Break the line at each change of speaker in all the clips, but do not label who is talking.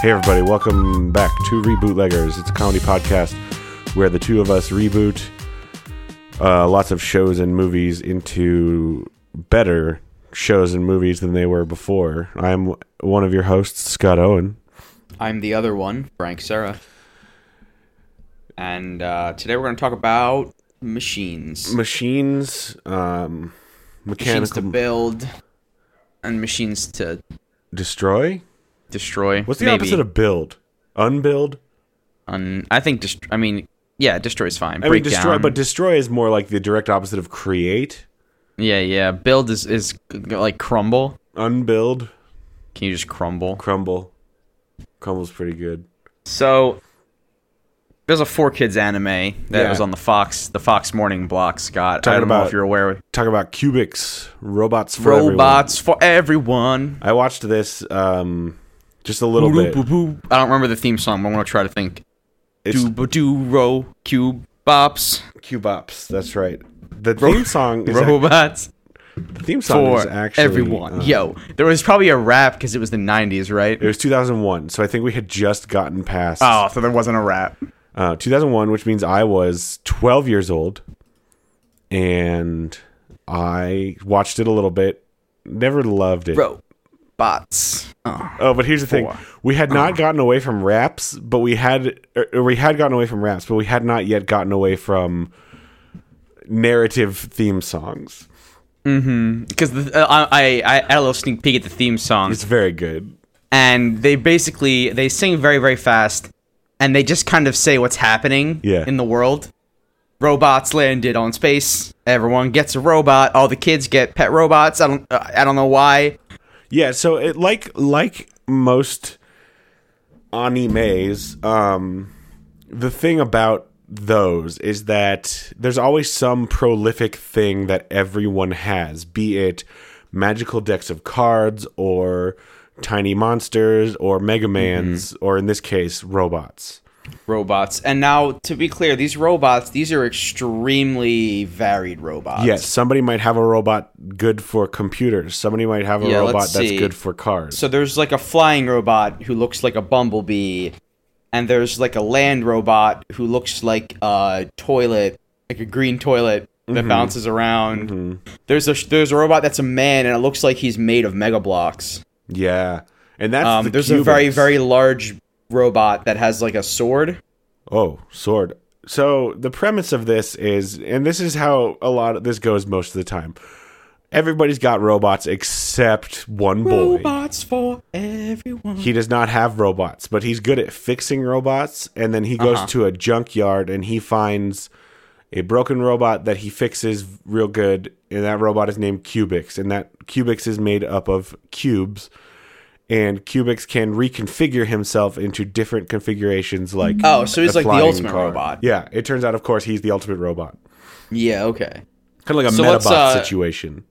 Hey, everybody, welcome back to Rebootleggers. It's a comedy podcast where the two of us reboot uh, lots of shows and movies into better shows and movies than they were before. I'm one of your hosts, Scott Owen.
I'm the other one, Frank Sarah. And uh, today we're going to talk about machines.
Machines, um,
machines
mechanical
to build and machines to
destroy.
destroy.
What's the
maybe.
opposite of build? Unbuild.
Un- I think, dest- I mean, yeah, destroy is fine.
I
Break
mean, destroy,
down.
but destroy is more like the direct opposite of create.
yeah, yeah. Build is, is g- g- like crumble.
Unbuild,
Can you just crumble?
crumble. Crumble's pretty good.
So there's a four kids anime that
Yeah.
was on the Fox, the Fox Morning Block. Scott, I
Talking
don't know
about
if you're aware.
Talk about cubics, robots for everyone.
Robots for everyone.
I watched this um, just a little bit.
I don't remember the theme song. but I'm gonna try to think.
It's
Do do ro cube bops
cubops. That's right. The theme song is ac-
robots
the theme song is
for
um, actually
everyone.
uh,
Yo, there was probably a rap because it was the '90s, right?
It was 2001, so I think we had just gotten past
Oh, so there wasn't a rap.
uh, 2001, which means I was 12 years old, and I watched it a little bit. Never loved it.
Robots. Oh.
Oh, but here's the thing:
Four.
we had not gotten away from raps, but we had or- or we had gotten away from raps, but we had not yet gotten away from narrative theme songs.
Because the, uh, I, I I had a little sneak peek at the theme song.
It's very good.
and they basically they sing very very fast and they just kind of say what's happening
Yeah.
in the world robots landed on space everyone gets a robot all the kids get pet robots i don't uh, i don't know why
Yeah, so it like like most animes, um the thing about those is that there's always some prolific thing that everyone has, be it magical decks of cards or tiny monsters or
Mm-hmm.
Mega Mans or in this case robots.
robots and now to be clear these robots these are extremely varied robots
Yes, somebody might have a robot good for computers. Somebody might have a
Yeah, let's
robot that's
see.
good for cars.
so there's like a flying robot who looks like a bumblebee and there's like a land robot who looks like a toilet like a green toilet that bounces around there's a there's a robot that's a man and it looks like he's made of mega blocks
yeah. And that's
um,
the
there's a very
cubics.
very large robot that has like a sword
Oh, sword. So the premise of this is, and this is how a lot of this goes most of the time. Everybody's got robots except one boy.
robots for everyone
He does not have robots, but he's good at fixing robots. And then he
Uh-huh.
goes to a junkyard and he finds a broken robot that he fixes real good. And that robot is named Cubix. And that Cubix is made up of cubes. And Cubix can reconfigure himself into different configurations like
oh so he's
a
like the
flying
ultimate
car.
robot
Yeah, it turns out, of course, he's the ultimate robot.
yeah okay
Kind of like a
So
Metabot
let's, uh,
situation.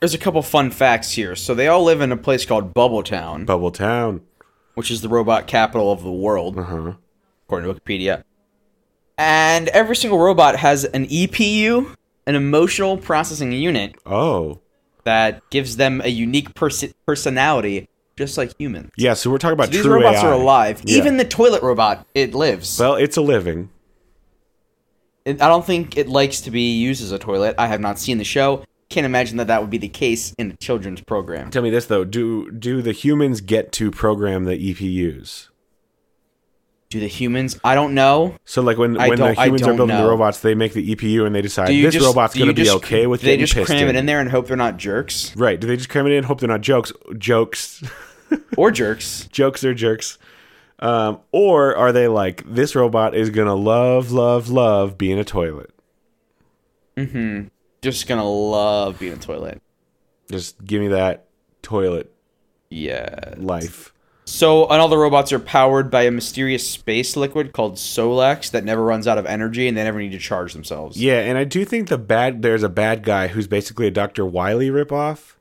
there's a couple fun facts here so they all live in a place called bubble town
Bubble Town. Uh-huh.
which is the robot capital of the world, according to Wikipedia. And every single robot has an EPU, an emotional processing unit,
Oh.
that gives them a unique pers- personality, just like humans.
Yeah, so we're talking about
These
true
robots
AI.
are alive.
Yeah.
Even the toilet robot, it lives.
Well, it's a living.
It- I don't think it likes to be used as a toilet. I have not seen the show. Can't imagine that that would be the case in a children's program.
Tell me this though: do do the humans get to program the E EPUs?
Do the humans? I don't know.
So like when,
I
when the
don't- I
humans are
don't
building the
know.
robots, they make the EPU and they decide
Do you
this
just,
robot's
do
going to
you
be
just-
okay with
do they
getting
just
pissed
cram
in.
it in there and hope they're not jerks
Right? Do they just cram it in, hope they're not jokes, jokes,
or jerks.
jokes or jerks? Um, or are they like this robot is going to love, love, love being a toilet?
just gonna love being a toilet.
Just give me that toilet
Yeah.
life.
So, and all the robots are powered by a mysterious space liquid called Solex that never runs out of energy and they never need to charge themselves.
Yeah, and I do think the bad there's a bad guy who's basically a Dr. Wiley ripoff.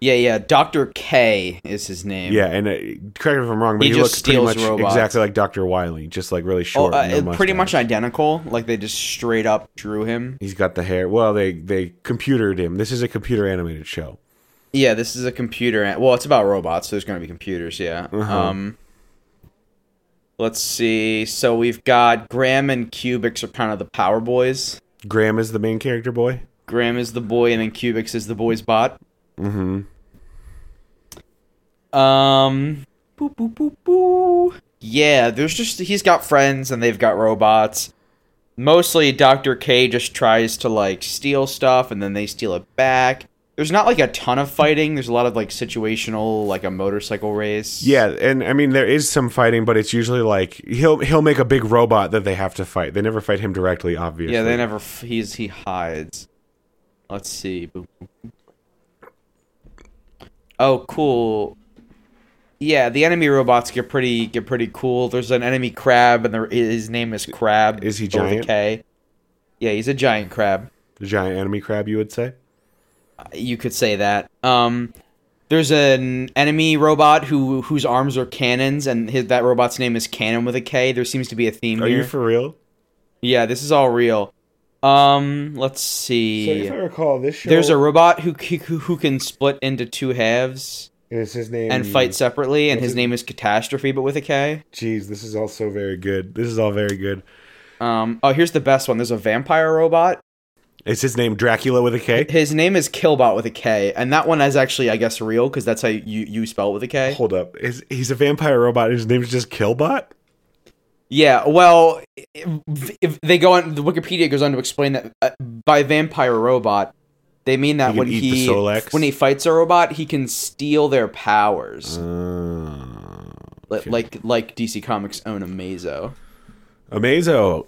Yeah, yeah. Dr. K is his name.
Yeah, and uh, correct me if I'm wrong, but
He
he,
just
looks pretty
steals
much
robots.
exactly like Dr. Wiley, just like really
Oh,
short.
uh,
and no
it- pretty
mustache.
much identical. Like they just straight up drew him.
He's got the hair. Well, they they computered him. This is a computer animated show. Uh-huh.
Yeah, this is a computer. An- well, it's about robots, so there's gonna be computers. Yeah. Um, Let's see. So we've got Graham and Cubix are kind of the power boys.
Graham is the main character boy.
Graham is the boy, and then Cubix is the boy's bot.
Mm-hmm.
Um, boo, boo, boo, boo. Yeah, there's just he's got friends and they've got robots. Mostly, Doctor K just tries to like steal stuff and then they steal it back. There's not like a ton of fighting. There's a lot of like situational, like a motorcycle race.
Yeah, and I mean there is some fighting, but it's usually like he'll he'll make a big robot that they have to fight. They never fight him directly, obviously.
yeah. They never. F- he's he hides. Let's see. Boop, boop, boop. Oh, cool. Yeah, the enemy robots get pretty get pretty cool. There's an enemy crab, and there, his name is Crab.
Is he
but with a
giant?
K. Yeah, he's a giant crab.
The giant enemy crab, you would say.
You could say that. Um, there's an enemy robot who whose arms are cannons, and his, that robot's name is Cannon with a K. There seems to be a theme
Are
here.
you for real?
yeah, this is all real. Um, let's
So
see.
if I recall, this show
There's a robot who, who who can split into two halves
is his name
and fight separately, and
what's
his
it-
name is Catastrophe, but with a K.
Jeez, this is all so very good. This is all very good.
Um, oh, here's the best one. There's a vampire robot.
Is his name Dracula with a K?
His name is Killbot with a K, and that one is actually, I guess, real because that's how you you spell it with a K.
Hold up, is he's a vampire robot? His name's just Killbot.
Yeah. Well, if if they go on the Wikipedia goes on to explain that uh, by vampire robot, they mean that
He can
when
eat the
he
Solex?
when he fights a robot, he can steal their
Oh,
powers, Uh. Li- like like DC Comics' own Amazo.
Amazo.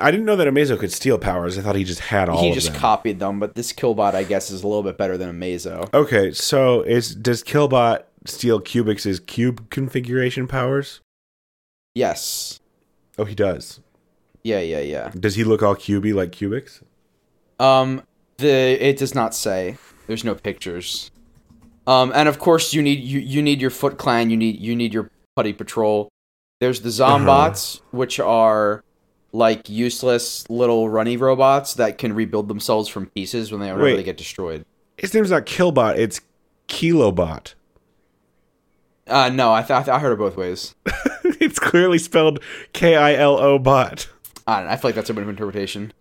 I didn't know that Amazo could steal powers. I thought he just had all
he
of
just
them.
copied them, but this Killbot, I guess, is a little bit better than Amazo.
okay, so is does Killbot steal Cubix's cube configuration powers?
Yes.
Oh, he does.
Yeah, yeah, yeah.
Does he look all cubey like Cubix?
Um, the it does not say. There's no pictures. Um, and of course you need you, you need your Foot Clan. You need you need your Putty Patrol. There's the Zombots,
Uh-huh.
which are like useless little runny robots that can rebuild themselves from pieces when they whenever
Wait.
they get destroyed.
His name's not Killbot. It's Kilobot.
Uh, no, I, th- I, th- I heard it both ways.
it's clearly spelled K I L O bot.
I don't know, I feel like that's a bit of interpretation.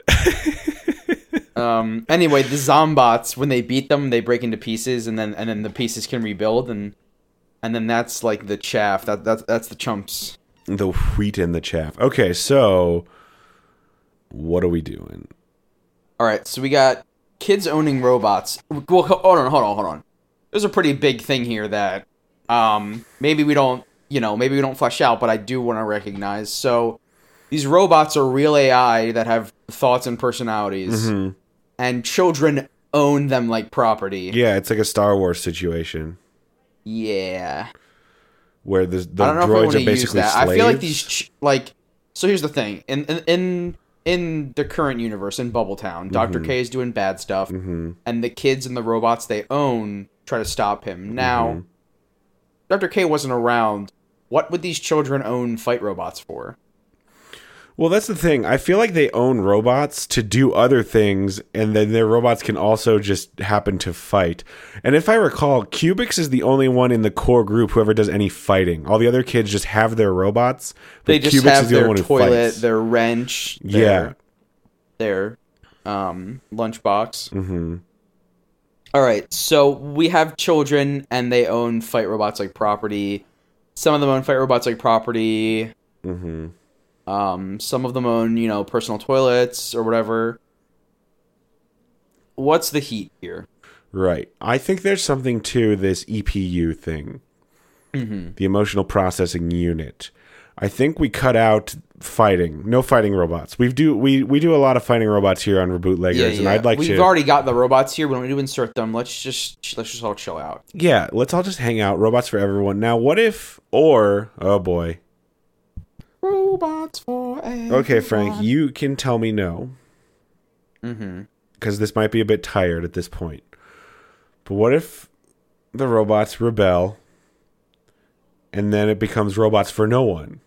um. Anyway, the zombots when they beat them, they break into pieces, and then and then the pieces can rebuild, and and then that's like the chaff. That that's that's the chumps.
The wheat and the chaff. Okay, so what are we doing?
All right, so we got kids owning robots. Well, ho- hold on, hold on, hold on. There's a pretty big thing here that um maybe we don't you know maybe we don't flesh out, but I do want to recognize. So these robots are real AI that have thoughts and personalities, and children own them like property.
Yeah, it's like a Star Wars situation
Yeah.
where the, the
I don't know if I want
droids
to
are
use
basically
that.
slaves.
I feel like these ch- like so here's the thing. In in in, in the current universe in Bubbletown, Dr.
Mm-hmm.
K is doing bad stuff and the kids and the robots they own try to stop him. Now
Mm-hmm.
Dr. K wasn't around. What would these children own fight robots for?
Well, that's the thing. I feel like they own robots to do other things, and then their robots can also just happen to fight. And if I recall, Cubix is the only one in the core group who ever does any fighting. All the other kids just have their robots. But
They just
Cubix
have their
who
toilet,
fights.
their wrench,
Yeah.
their, their um lunchbox.
Mm-hmm.
All right, so we have children and they own fight robots like property. Some of them own fight robots like property. Mm-hmm. Um, some of them own, you know, personal toilets or whatever. What's the heat here?
Right. I think there's something to this EPU thing, the emotional processing unit. I think we cut out fighting. No fighting robots. We do we we do a lot of fighting robots here on Reboot Leggers, and I'd like
We've
to.
already got the robots here. We don't need to insert them. Let's just let's just all chill out.
yeah, let's all just hang out. Robots for everyone. Now, what if or oh boy.
Robots for everyone.
Okay, Frank, you can tell me no.
Mm-hmm.
Because this might be a bit tired at this point. But what if the robots rebel, and then it becomes robots for no one?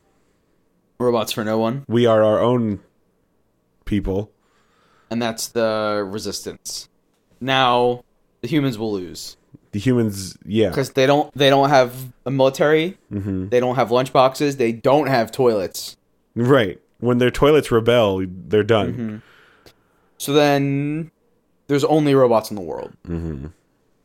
Robots for no one,
we are our own people.
and that's the resistance. Now the humans will lose.
The humans, yeah.
because they don't they don't have a military.
Mm-hmm.
They don't have lunchboxes. They don't have toilets.
Right. When their toilets rebel, they're done.
Mm-hmm. So then there's only robots in the world. Mm-hmm.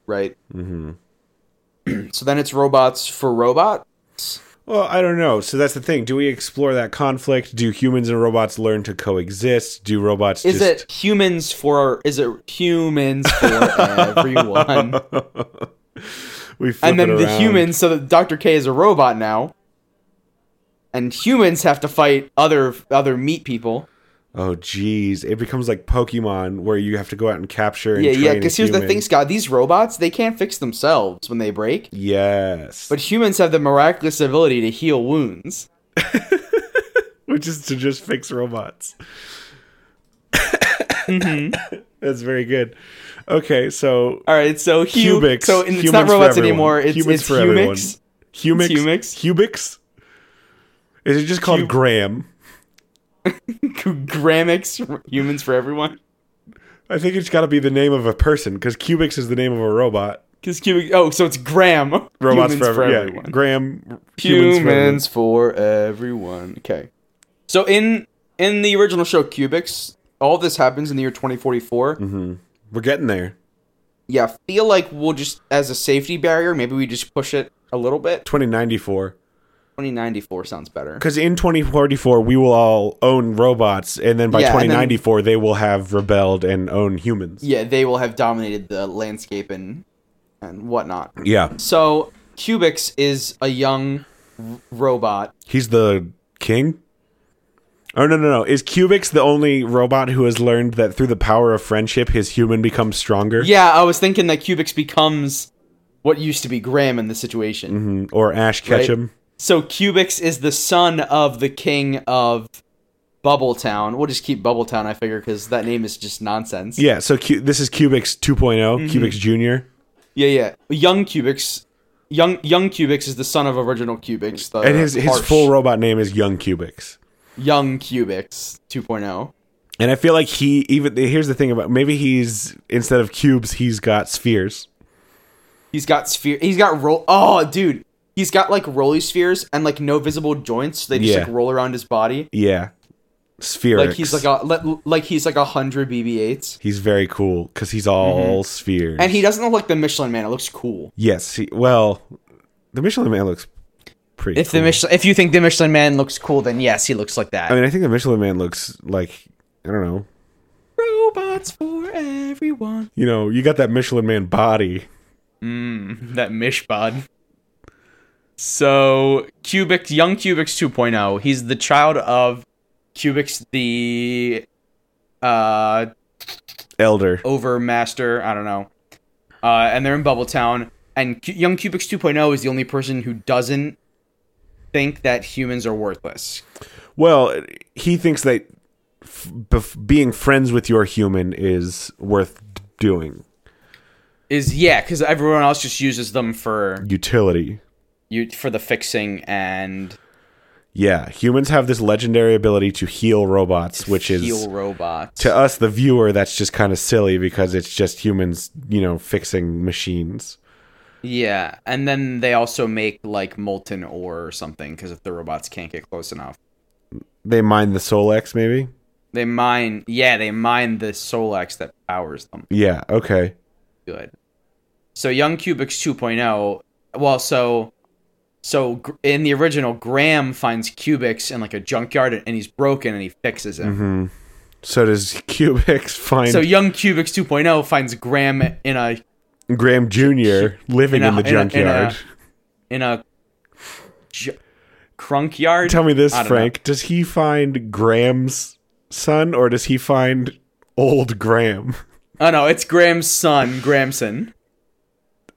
Right? Mm-hmm. so then it's robots for robots.
Well, I don't know. So that's the thing. Do we explore that conflict? Do humans and robots learn to coexist? Do robots
Is
just
it humans for is it humans for everyone?
we flip
and then
it
the
around.
humans so that Dr. K is a robot now. And humans have to fight other other meat people.
Oh geez, it becomes like Pokemon where you have to go out and capture. And
Yeah, yeah,
train a
because here's the
human.
thing, Scott, these robots, they can't fix themselves when they break.
Yes,
But humans have the miraculous ability to heal wounds.
which is to just fix robots.
Mm-hmm.
That's very good. Okay, so
All right, so hu-
Cubics.
So in, it's
humans
not
for
robots
everyone.
anymore. It's
humans
it's
for everyone.
humics.
Humics.
It's
Humics. Is it just called Graham?
Gramics, humans for everyone.
I think it's got to be the name of a person because Cubics is the name of a robot.
Because cubic. Oh, so it's gram.
Robots
humans
for, every- Yeah, Graham.
Humans,
for everyone.
for everyone. Okay. So in in the original show Cubics, all this happens in the year 2044.
Mm-hmm. We're getting there.
Yeah, I feel like we'll just as a safety barrier, maybe we just push it a little bit.
2094.
2094 sounds better.
Because in 2044, we will all own robots, and then by
Yeah, and then-
2094, they will have rebelled and own humans.
Yeah, they will have dominated the landscape and and whatnot.
Yeah.
So Cubix is a young r- robot.
He's the king? Oh, no, no, no. Is Cubics the only robot who has learned that through the power of friendship, his human becomes stronger?
Yeah, I was thinking that Cubix becomes what used to be Graham in this situation.
Mm, Or Ash Ketchum?
So Cubix is the son of the king of Bubbletown. We'll just keep Bubbletown, I figure, because that name is just nonsense.
Yeah, so Cu- this is Cubics 2
Mm-hmm.
Cubics Jr.
yeah. yeah. Young Cubix, young young Cubix is the son of original Cubix. The
And his, his
Uh, harsh
full robot name is Young Cubics.
young Cubix 2.0.
And I feel like he even here's the thing about maybe he's instead of cubes he's got spheres.
He's got sphere. He's got roll. Oh, dude, he's got like roly spheres and like no visible joints. So they just
Yeah.
like roll around his body.
Yeah, sphere.
Like he's like a le- like he's like a hundred BB-8s,
he's very cool because he's all spheres.
Mm-hmm. and he doesn't look like the Michelin Man. It looks cool.
yes, he, well, the Michelin Man looks pretty.
If the
cool.
Michelin, if you think the Michelin Man looks cool, then yes, he looks like that.
I mean, I think the Michelin Man looks like I don't know.
Robots for everyone.
You know, you got that Michelin Man body.
That Mishbod. So Cubic, young Cubix 2.0. He's the child of Cubix, the uh
Elder.
overmaster. I don't know. Uh, and they're in Bubbletown. And Cu- young Cubix 2.0 is the only person who doesn't think that humans are worthless.
Well, he thinks that f- bef- being friends with your human is worth doing.
Is yeah, because everyone else just uses them for
Utility.
you for the fixing and
Yeah, humans have this legendary ability to heal robots, which is
heal robots.
to us the viewer that's just kind of silly because it's just humans, you know, fixing machines.
yeah, and then they also make like molten ore or something because if the robots can't get close enough,
They mine the Solex maybe?
they mine. Yeah, they mine the Solex that powers them.
Yeah, okay.
Good. So young Cubics 2.0. Well, so so gr- in the original, Graham finds Cubics in like a junkyard and- and he's broken and he fixes him.
So does Cubix find
So young Cubics 2.0 finds Graham in a
Graham Jr. living
in
in,
a-
the
in a- in a-
junkyard?
in a ju- crunk yard.
Tell me this,
I don't
Frank. Does he find Graham's son or does he find old Graham?
know. Oh no, it's Graham's son, Grahamson.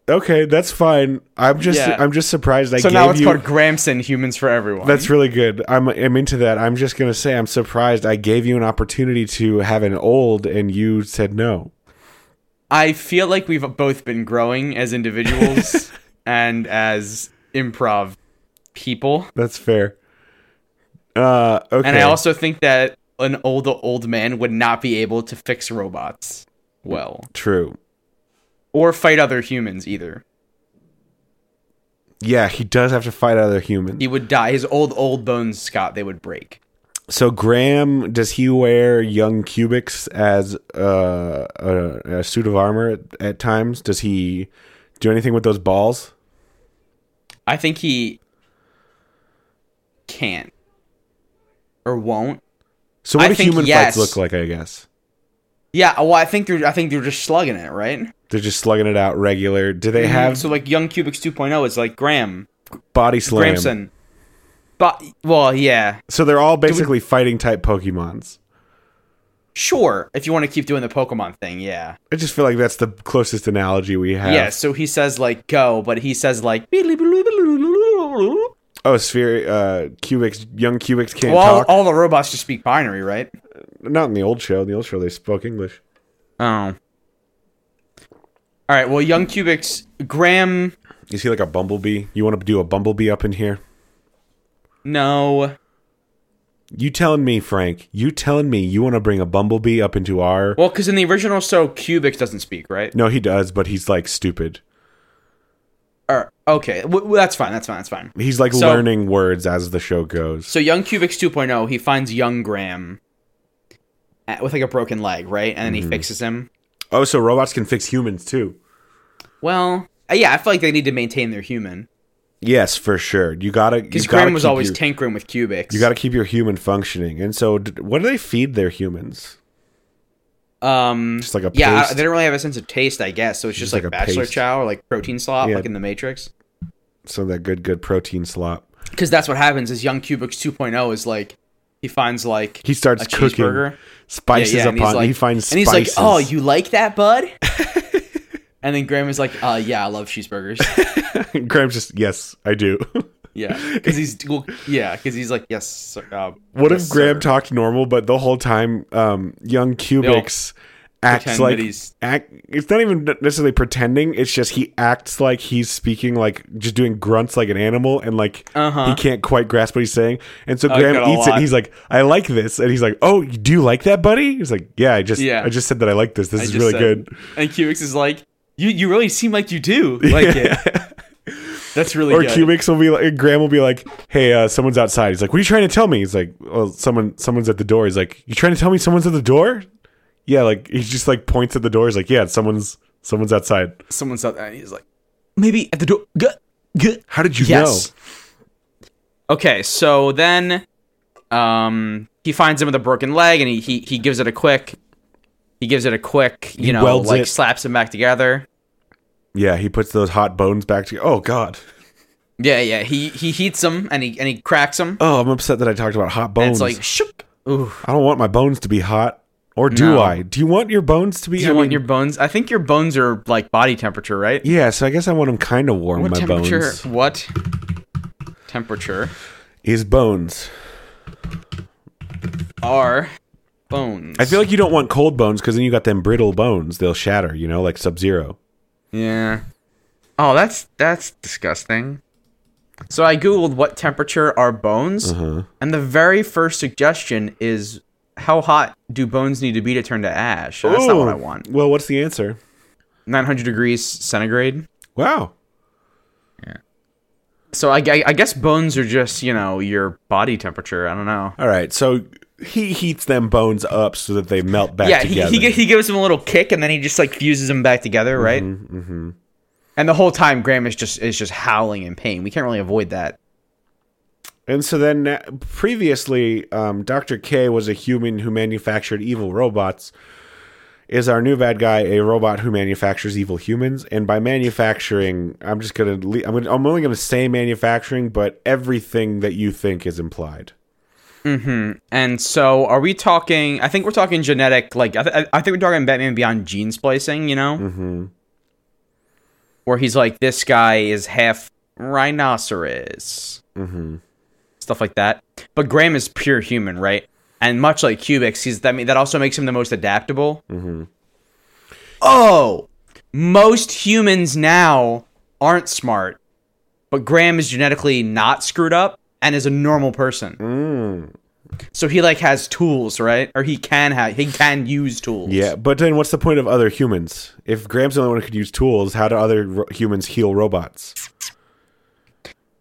Okay, that's fine. I'm just
Yeah.
I'm just surprised I
So
gave
now it's
you
called Grahamson Humans for Everyone.
That's really good. I'm I'm into that. I'm just gonna say I'm surprised I gave you an opportunity to have an old and you said no.
I feel like we've both been growing as individuals and as improv people.
That's fair. Uh okay.
And I also think that an old old man would not be able to fix robots. Well,
true.
or fight other humans either.
Yeah, he does have to fight other humans.
He would die. His old old bones, Scott, they would break.
So Graham, does he wear young cubics as uh, a, a suit of armor at, at times? Does he do anything with those balls?
I think he can't or won't.
So what
I
do
think
human fights
yes.
look like? I guess
Yeah, well, I think they're I think they're just slugging it, right? Mm-hmm.
they're just slugging it out regular. Do they have
Mm, so like young cubics 2.0 is like Graham
body slam?
Grahamson, but well, yeah,
So they're all basically fighting type Pokemons.
sure. If you want to keep doing the Pokemon thing, yeah,
I just feel like that's the closest analogy we have.
yeah. So he says like go, but he says like
Oh, Sphere, uh, Cubics, young Cubics can't
Well, all,
talk.
all the robots just speak binary, right?
Not in the old show. In the old show, they spoke English.
Oh. All right. Well, young cubics, Graham.
You see, like a bumblebee. You want to do a bumblebee up in here?
No,
You telling me, Frank? You telling me you want to bring a bumblebee up into our?
well, because in the original show, cubics doesn't speak, right?
No, he does, but he's like stupid.
Or okay, w- w- that's fine. That's fine. That's fine.
He's like
So-
learning words as the show goes.
So young cubics 2.0, he finds young Graham at- with like a broken leg, right? And then
Mm-hmm.
he fixes him.
Oh, so robots can fix humans too.
Well, uh, yeah, I feel like they need to maintain their human
Yes, for sure. You gotta. Because
because Graham was always
Your,
tinkering with cubics.
you gotta keep your human functioning. And so, d- what do they feed their humans?
um,
Just like a
yeah, I,
paste?
they don't really have a sense of taste, I guess. So it's just,
like
like,
a
bachelor
paste.
chow or like protein slop,
Yeah.
like in the Matrix.
So that good, good protein slop.
because that's what happens is young cubics 2.0 is like he finds like
He starts
a
cooking
cheeseburger Yeah,
spices
yeah, and he's
upon.
like-
he finds
and he's
spices.
like oh you like that bud and then graham is like uh yeah i love cheeseburgers
you. Graham's just yes, I do.
yeah because he's well, yeah because he's like yes sir, uh,
what
yes,
if Graham
sir."
talked normal, but the whole time, um, young Cubics acts
pretend
like
that he's-
act. It's not even necessarily pretending. It's just he acts like he's speaking like just doing grunts like an animal, and like
Uh-huh.
he can't quite grasp what he's saying. And so
I've
Graham
got a
eats it.
lot.
And he's like, "I like this," and he's like, "Oh, you- do you like that, buddy?" He's like, "Yeah, I just
Yeah.
I just said that I like this. This
I
is
just
really
said-
good."
and cubics is like you you really seem like you do like it that's really
Or
good.
Cubics will be like, Graham will be like, "Hey, uh, someone's outside." He's like, "What are you trying to tell me?" He's like, "Well, someone, someone's at the door." He's like, "You trying to tell me someone's at the door?" Yeah, like he just like points at the door. He's like, "Yeah, someone's, someone's outside."
someone's out there and he's like maybe at the door G- g-
How did you
Yes.
know?
Okay, so then um he finds him with a broken leg and he he, he gives it a quick he gives it a quick, you know,
welds
like
it.
slaps him back together.
Yeah, he puts those hot bones back together. Oh God.
Yeah, yeah. He he heats him and he and he cracks him.
Oh, I'm upset that I talked about hot
and
bones.
it's like shook. Ooh.
I don't want my bones to be hot, or do
No.
I? Do you want your bones to be?
Do you
I
want
mean,
your bones? I think your bones are like body temperature, right?
Yeah, so I guess I want them kind of warm.
What
my
temperature?
bones.
What temperature
His bones.
are bones?
I feel like you don't want cold bones because then you got them brittle bones. They'll shatter. You know, like Sub Zero.
Yeah. Oh, that's that's disgusting. So I googled what temperature are bones,
Uh-huh.
and the very first suggestion is how hot do bones need to be to turn to ash? And that's not what I
Ooh.
want.
Well, what's the answer?
900 degrees centigrade.
Wow.
So I, I, I guess bones are just you know your body temperature. I don't know.
All right. So he heats them bones up so that they melt back
Yeah, he,
together.
he gi- he gives him a little kick, and then he just like fuses them back together, right?
Mm-hmm,
And the whole time Graham is just is just howling in pain. We can't really avoid that.
and so then uh, previously, um, Dr. K was a human who manufactured evil robots. Is our new bad guy a robot who manufactures evil humans? And by manufacturing, I'm just gonna. Le- I'm gonna, I'm only gonna say manufacturing, but everything that you think is implied.
Mm-hmm. And so, are we talking? I think we're talking genetic. Like, I, th- I think we're talking Batman Beyond gene splicing. You know, mm-hmm. where he's like, this guy is half rhinoceros, mm-hmm. stuff like that. But Graham is pure human, right? And much like Cubics, he's that. I mean, that also makes him the most adaptable. Mm-hmm. Oh, most humans now aren't smart, but Graham is genetically not screwed up and is a normal person. So he like has tools, right? Or he can have he can use tools.
Yeah, but then what's the point of other humans? If Graham's the only one who could use tools, how do other ro- humans heal robots?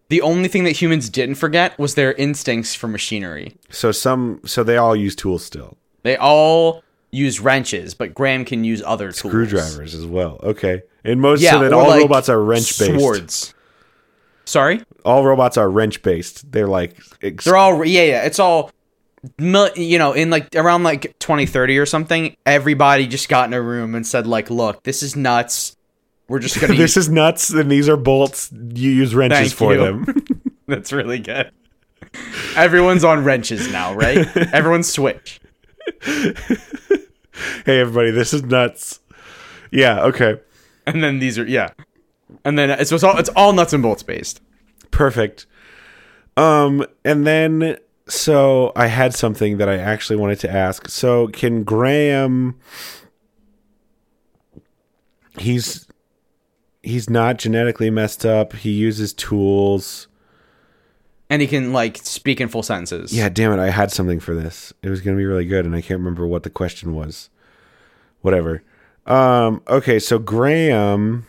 The only thing that humans didn't forget was their instincts for machinery.
So some, so they all use tools still,
They all use wrenches, but Graham can use other tools.
screwdrivers as well. Okay, and most
Yeah,
so then
or,
all
like,
robots are wrench based.
Swords. Sorry?
All robots are wrench based. They're like ex-
They're all yeah, yeah. It's all mil- you know, in like around like 2030 or something, everybody just got in a room and said like, "Look, this is nuts. We're just going to
this
use
is nuts, and these are bolts. You use wrenches
Thank
for
you.
them.
That's really good. Everyone's on wrenches now, right? Everyone's switch.
hey everybody, this is nuts. Yeah. Okay.
And then these are yeah. And then it's, it's all it's all nuts and bolts based.
Perfect. Um, and then so I had something that I actually wanted to ask. So can Graham? He's he's not genetically messed up. He uses tools.
And he can like speak in full sentences.
Yeah, damn it! I had something for this. It was gonna be really good, and I can't remember what the question was. Whatever. Um, okay, so Graham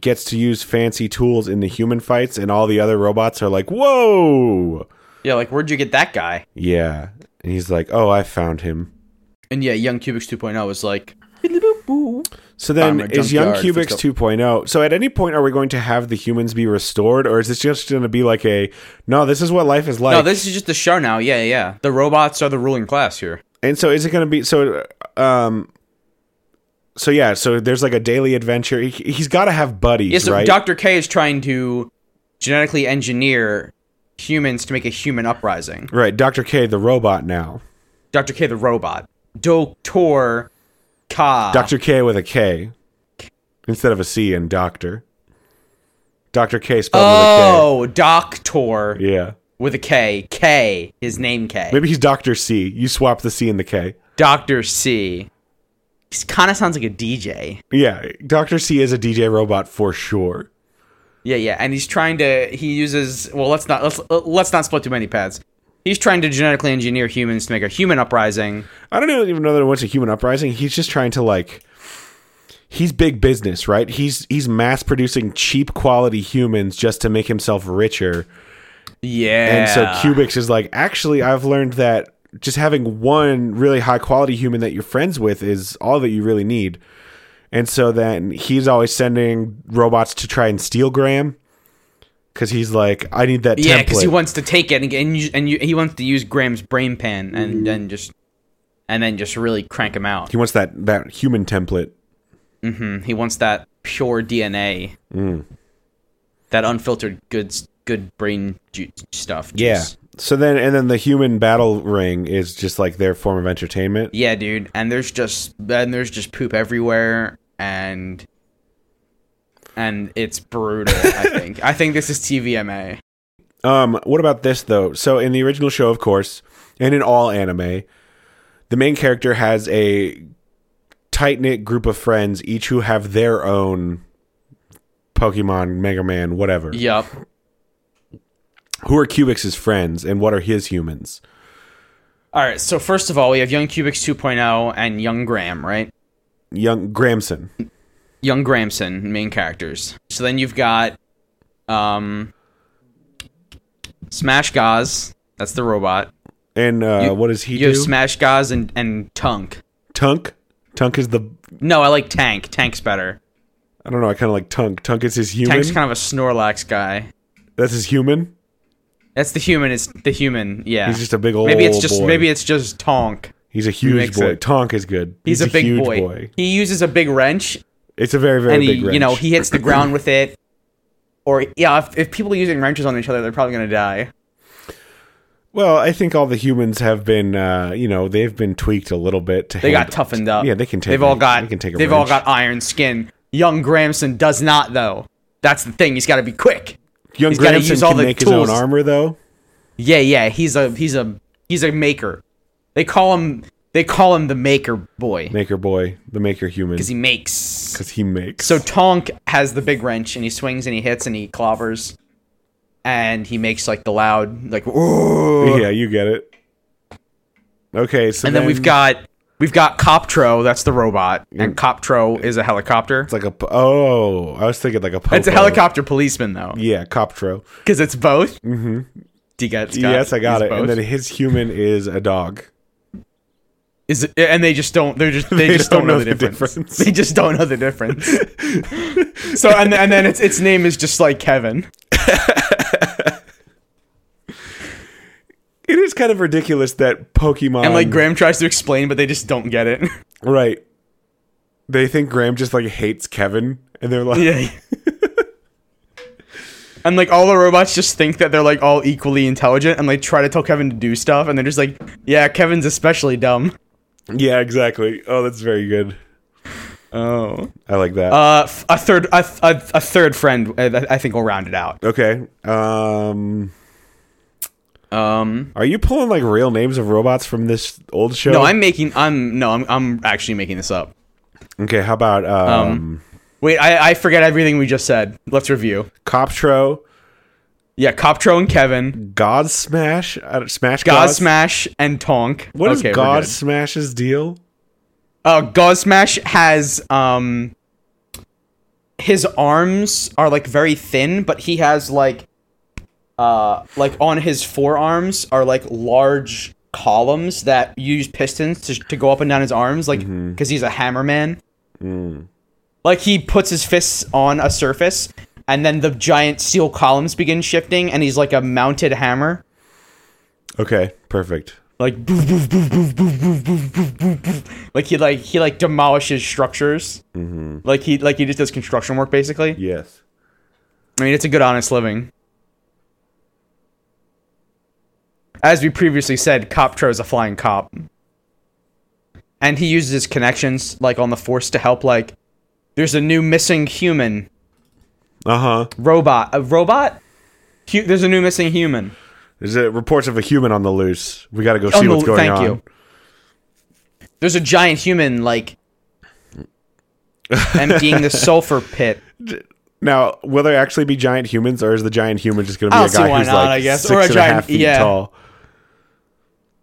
gets to use fancy tools in the human fights, and all the other robots are like, "Whoa!"
Yeah, like where'd you get that guy?
Yeah. And he's like, "Oh, I found him."
And yeah, Young Cubics 2.0 is like
So
Found my
then is Young
junkyard,
Cubics
let's go.
2.0. So at any point are we going to have the humans be restored or is this just going to be like a no, this is what life is like.
No, this is just the show now. Yeah, yeah. The robots are the ruling class here.
and so is it going to be so um so yeah, so there's like a daily adventure. He, he's got to have buddies,
Yeah, so
right?
Dr. K is trying to genetically engineer humans to make a human uprising.
right, Dr. K the robot now.
Dr. K the robot. Doctor Ka.
Dr. K with a K instead of a C in doctor. Dr. K spelled
Oh, Doctor
with a K. Yeah.
with a K. K, his name K.
Maybe he's Dr. C. You swap the C and the K.
Dr. C. He kind of sounds like a DJ.
Yeah, Dr. C is a DJ robot for sure.
Yeah, yeah, and he's trying to. He uses well. Let's not let's uh, let's not split too many paths. He's trying to genetically engineer humans to make a human uprising.
I don't even know that it was a human uprising. He's just trying to like he's big business, right? He's he's mass producing cheap quality humans just to make himself richer.
Yeah.
And so Cubix is like, actually I've learned that just having one really high quality human that you're friends with is all that you really need. And so then he's always sending robots to try and steal Graham cuz he's like I need that
Yeah,
template.
because he wants to take it and and, you, and you, he wants to use Graham's brain pan
Mm-hmm.
and then just and then just really crank him out.
he wants that that human template.
Mm, He wants that pure DNA,
Mm.
that unfiltered good s- good brain ju- stuff.
Yeah.
juice.
So then, and then the human battle ring is just like their form of entertainment.
yeah, dude. And there's just and there's just poop everywhere and and it's brutal. I think I think this is TVMA.
Um, what about this though? So in the original show, of course, and in all anime, the main character has a tight knit group of friends, each who have their own Pokemon, Mega Man, whatever.
Yup.
Who are Cubix's friends, and what are his humans?
All right. So first of all, we have Young Cubics 2.0 and Young Graham, right?
Young Gramson.
young Gramson main characters. So then you've got um Smash Gaz, that's the robot.
And uh, what does he
You
do?
have Smash Gaz and and Tunk.
Tunk. Tunk is the.
No, I like Tank. Tank's better.
I don't know. I kind of like Tunk. Tunk is his human.
Tank's kind of a Snorlax guy.
That's his human.
That's the human. It's the human. Yeah.
He's just a big old.
maybe it's just
boy.
maybe it's just Tonk.
He's a huge
mix
boy.
it.
Tonk is good.
He's, a big
huge
boy. He uses a big wrench
It's a very very
and
big
he
wrench.
you know he hits the ground with it. Or yeah, if, if people are using wrenches on each other, they're probably gonna die.
well, I think all the humans have been uh, you know they've been tweaked a little bit to.
They got toughened up.
Yeah, they can take.
They've all
a-
got.
They can take a
they've all
wrench.
got iron skin. Young Gramson does not though. That's the thing. He's got to be quick.
Young
he's gotta
Gramson
use all
can
the
make his
tools.
own armor though.
Yeah, yeah. He's a he's a he's a maker. They call him they call him the maker boy
Maker boy, the maker human,
because he makes.
because he makes.
So Tonk has the big wrench and he swings and he hits and he clobbers, and he makes like the loud like. "Whoa."
yeah, you get it. Okay, so
And then we've got we've got Coptro, that's the robot, and Coptro is a helicopter.
it's like a p- oh, I was thinking like a.
It's
popo.
a helicopter policeman though,
Yeah, Coptro.
because it's both. Mm-hmm. Do you get Scott?
yes, I got
He's
it. And
both.
then his human is a dog.
Is it, and they just don't. They're just they, just don't, know, the, difference. They just don't know the difference. so and and then its its name is just like Kevin.
It is kind of ridiculous that Pokemon
And like Graham tries to explain, but they just don't get it.
right. They think Graham just like hates Kevin, and they're like,
yeah. And like all the robots just think that they're like all equally intelligent and like try to tell Kevin to do stuff and they're just like, yeah, Kevin's especially dumb.
yeah, exactly. Oh, that's very good.
Oh.
I like that.
Uh, f- a third, a, th- a, a third friend. uh, that I think will round it out.
okay. Um,
Um,
are you pulling like real names of robots from this old show?
no, I'm making. I'm no, I'm, I'm actually making this up.
Okay, how about um,
Wait, I, I forget everything we just said. Let's review.
Coptro,
Yeah, Coptro and Kevin,
God Smash, uh, Smash
God
Gods?
Smash, and Tonk.
What is
okay, we're
God
good.
Smash's deal?
Uh, God Smash has um, his arms are like very thin, but he has like, uh, like on his forearms are like large columns that use pistons to, to go up and down his arms, like because he's a hammerman. Like he puts his fists on a surface, and then the giant steel columns begin shifting, and he's like a mounted hammer.
Okay, perfect.
Like boof, boof, boof, boof, boof, boof, boof, boof, boof, boof. like he like he like demolishes structures. Like he like he just does construction work basically.
Yes.
I mean, it's a good honest living. As we previously said, Coptro is a flying cop. And he uses his connections like on the force to help like there's a new missing human
Uh huh.
robot. A robot? Hu- there's a new missing human.
There's a, reports of a human on the loose. We got to go see
Oh, no,
what's going
thank
on.
you. There's a giant human like emptying the sulfur pit.
Now, will there actually be giant humans, or is the giant human just going to be
I don't
a
see
guy
why
who's
not,
like
I guess.
six
Or a
and a
giant-
half feet
yeah.
tall?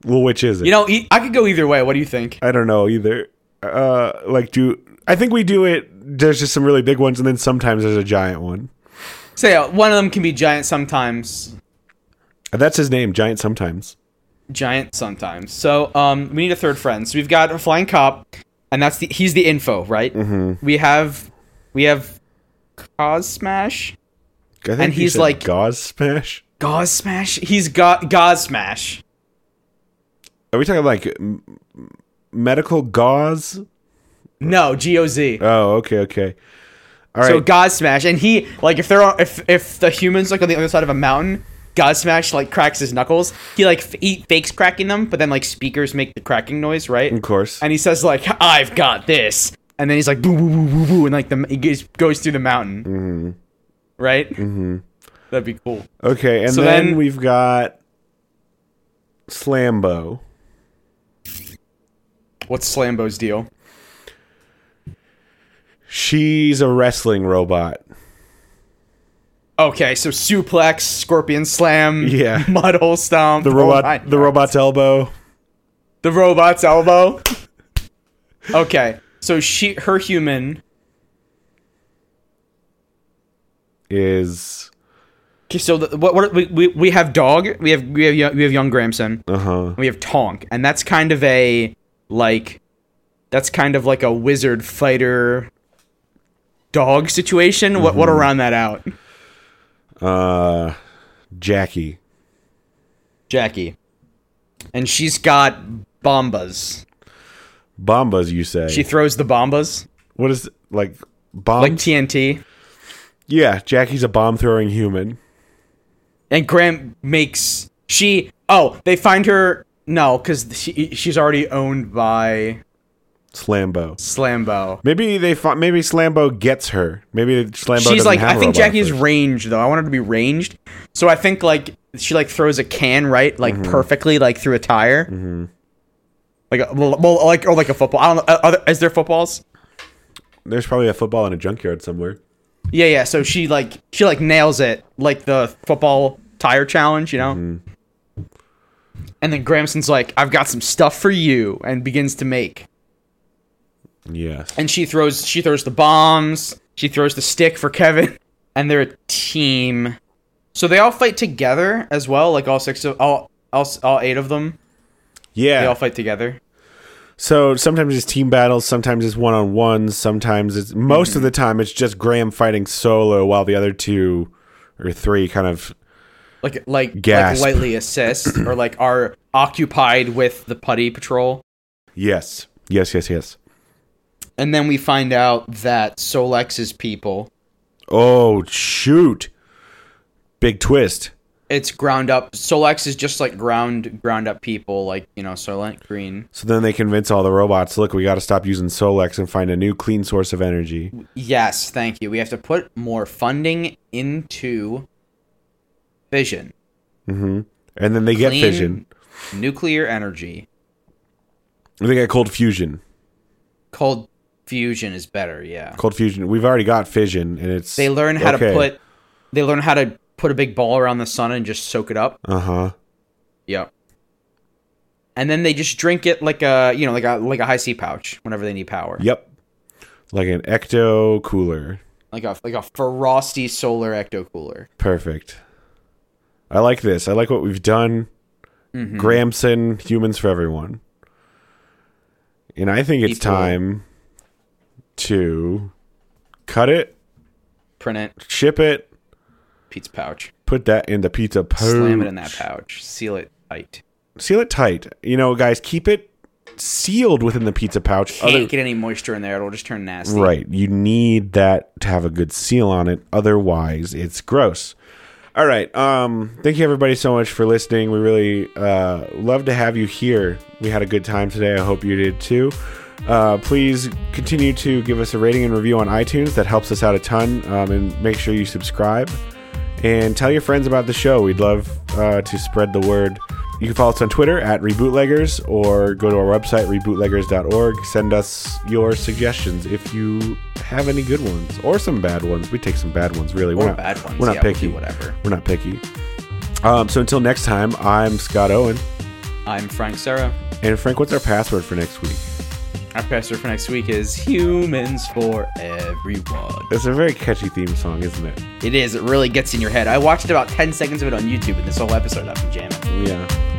Well, which is it?
You know, e- I could go either way. What do you think?
I don't know either. Uh, like, do I think we do it? There's just some really big ones, and then sometimes there's a giant one.
So yeah, one of them can be giant sometimes,
That's his name, Giant. Sometimes.
giant sometimes. So um, we need a third friend. So we've got a flying cop, and that's the he's the info, right? Mm-hmm. We have we have Cause Smash,
I think
And
you
he's
said
like-
Gauze Smash.
Gauze Smash. He's got Gauze Smash.
Are we talking like m- m- medical gauze?
No, G O Z.
Oh, okay, okay. All right.
So God Smash, and he like if there are if if the humans like on the other side of a mountain, God Smash like cracks his knuckles. He like f- he fakes cracking them, but then like speakers make the cracking noise, right?
of course.
And he says like I've got this, and then he's like boo boo boo boo boo, and like the he goes, goes through the mountain, mm-hmm. right? Mm-hmm. That'd be cool.
Okay, and
So
then,
then-
we've got Slambo.
What's Slambo's deal?
She's a wrestling robot.
Okay, so suplex, scorpion slam,
Yeah.
mud hole stomp, oh
The robot, the robot's elbow.
the robot's elbow. okay, so she her human
is
Okay, so the, what, what we, we we have dog, we have we have young, we have young Gramson,
uh huh.
we have Tonk, and that's kind of a like, that's kind of like a wizard fighter dog situation. What what'll round that out?
Uh, Jackie.
Jackie, and she's got bombas.
Bombas, you say?
She throws the bombas
what is like bomb?
like TNT,
yeah, Jackie's a bomb throwing human.
and Graham makes she. Oh, they find her no, because she she's already owned by
Slambo.
Slambo.
Maybe they fought, maybe Slambo gets her. Maybe Slambo.
she's
doesn't
like
have
i
a
think
robot
jackie's
first.
ranged though i want her to be ranged so i think like she like throws a can right like
Mm-hmm.
perfectly like through a tire like a, well, well, like or like a football i don't know are there, is there footballs
There's probably a football in a junkyard somewhere.
yeah yeah so she like
Mm-hmm.
she like nails it like the football tire challenge you know And then Gramston's like, I've got some stuff for you, and begins to make.
Yes.
And she throws she throws the bombs, she throws the stick for Kevin, and they're a team. So they all fight together as well, like all six of all all, all eight of them. They all
Yeah.
fight together.
So sometimes it's team battles, sometimes it's one on ones, sometimes it's most of the
Mm-hmm.
time it's just Graham fighting solo while the other two or three kind of
Like like
Gasp.
like lightly assist or like are occupied with the putty patrol.
yes, yes, yes, yes.
And then we find out that Solex's people
Oh shoot! Big twist.
it's ground up. Solex is just like ground ground up people, like you know Solent Green.
So then they convince all the robots, look, we got to stop using Solex and find a new clean source of energy.
Yes, thank you. We have to put more funding into fission,
And then they get
Clean
fission.
nuclear energy.
They get cold fusion.
Cold fusion is better. Yeah,
Cold fusion. We've already got fission, and it's
they learn how
okay.
to put. They learn how to put a big ball around the sun and just soak it up.
Uh huh.
Yep. And then they just drink it like a you know like a like a high C pouch whenever they need power.
Yep. Like an ecto cooler.
Like a like a frosty solar ecto cooler.
Perfect. I like this. I like what we've done.
Mm-hmm.
Gramson, humans for everyone. And I think it's
Equal.
time to cut it,
Print it.
ship it,
pizza pouch.
put that in the pizza pouch.
Slam it in that pouch. Seal it tight.
seal it tight. You know, guys, keep it sealed within the pizza pouch.
Can't
Other-
get any moisture in there. It'll just turn nasty.
right. You need that to have a good seal on it. Otherwise, it's gross. All right. Um, thank you everybody so much for listening. We really uh, love to have you here. We had a good time today. I hope you did too. Uh, please continue to give us a rating and review on iTunes. That helps us out a ton. Um, and make sure you subscribe and tell your friends about the show. We'd love uh, to spread the word. You can follow us on Twitter at Rebootleggers or go to our website, rebootleggers.org. Send us your suggestions if you have any good ones or some bad ones. We take some bad ones, really.
Or
we're not,
bad ones.
We're not
yeah, we'll do
picky.
whatever.
We're not picky. Um, so until next time, I'm Scott Owen.
I'm Frank Sarah.
And Frank, what's our password for next week?
Our pastor for next week is humans for everyone.
It's a very catchy theme song, isn't it?
It is. It really gets in your head. I watched about 10 seconds of it on YouTube, and this whole episode I've been jamming.
Yeah.